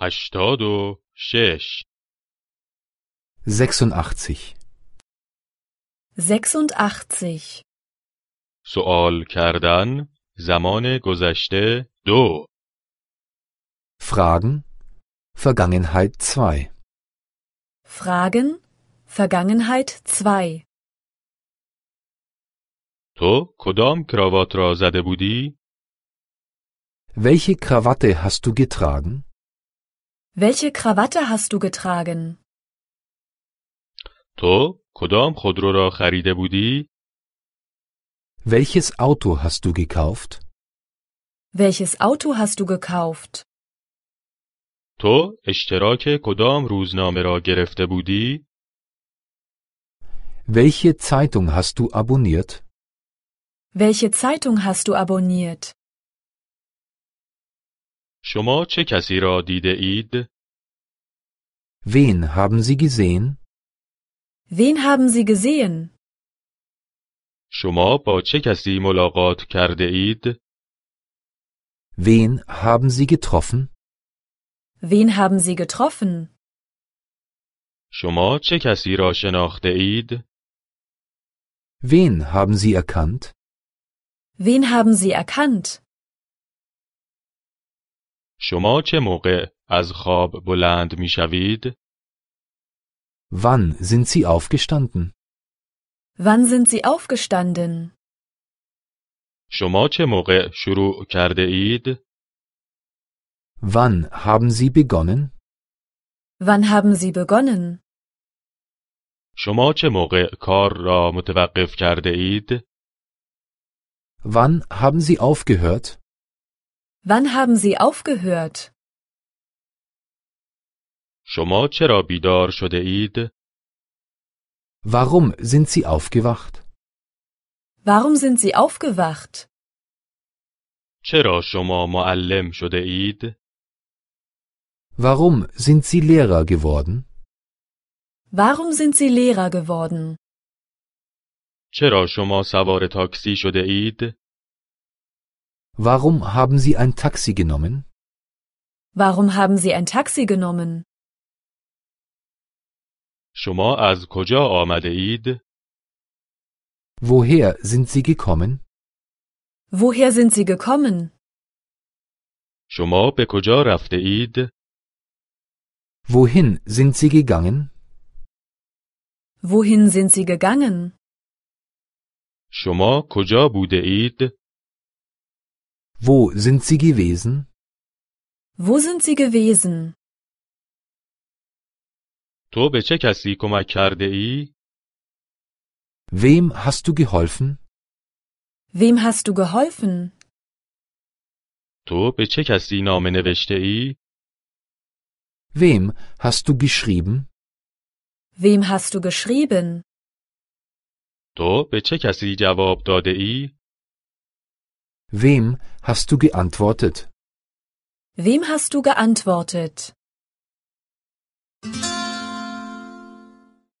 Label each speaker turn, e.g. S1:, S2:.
S1: هشتاد و شش
S2: 86.
S3: 86.
S1: سوال کردن زمان گذشته دو
S2: Fragen Vergangenheit 2.
S3: Fragen Vergangenheit 2.
S1: تو کدام کراوات را زده بودی؟
S2: Welche Krawatte hast du getragen?
S3: Welche Krawatte hast du getragen?
S1: تو کدام خودرو را خریده بودی؟
S2: Welches Auto hast du gekauft?
S3: Welches Auto hast du gekauft?
S1: تو اشتراک کدام روزنامه را گرفته بودی؟
S2: Welche Zeitung hast du abonniert?
S3: Welche Zeitung hast du abonniert?
S1: شما چه کسی را دیده اید؟
S2: Wen haben sie gesehen?
S3: Wen haben sie gesehen?
S1: شما با چه کسی ملاقات کرده اید؟
S2: Wen haben sie getroffen?
S3: Wen haben sie getroffen?
S1: شما چه کسی را شناخته اید؟
S2: Wen haben sie erkannt?
S3: Wen haben sie erkannt?
S1: شما چه موقع از خواب بلند می شوید؟
S2: Wann sind sie aufgestanden?
S3: Wann sind sie aufgestanden?
S1: شما چه موقع شروع کرده اید؟
S2: Wann haben sie begonnen?
S3: Wann haben sie begonnen?
S1: شما چه موقع کار را متوقف کرده اید؟
S2: Wann haben sie aufgehört?
S3: Wann haben sie aufgehört?
S1: شما چرا بیدار شده اید؟
S2: Warum sind sie aufgewacht?
S3: Warum sind sie aufgewacht?
S1: چرا شما معلم شده اید؟
S2: Warum sind sie Lehrer geworden?
S3: Warum sind sie Lehrer geworden?
S1: چرا شما سوار تاکسی شده اید؟
S2: Warum haben sie ein Taxi genommen?
S3: Warum haben sie ein Taxi genommen?
S1: شما از کجا آمده اید؟
S2: Woher sind sie gekommen?
S3: Woher sind sie gekommen?
S1: شما به کجا رفته اید؟
S2: Wohin sind sie gegangen?
S3: Wohin sind sie gegangen?
S1: شما کجا بوده اید؟
S2: Wo sind sie gewesen?
S3: Wo sind sie gewesen?
S1: تو به چه کسی کمک کرده ای؟
S2: Wem hast du geholfen?
S3: Wem hast du geholfen?
S1: تو به چه کسی نامه نوشته ای؟
S2: Wem hast du geschrieben?
S3: Wem hast du geschrieben?
S1: تو به چه کسی جواب داده ای؟
S2: Wem hast du geantwortet?
S3: Wem hast du geantwortet?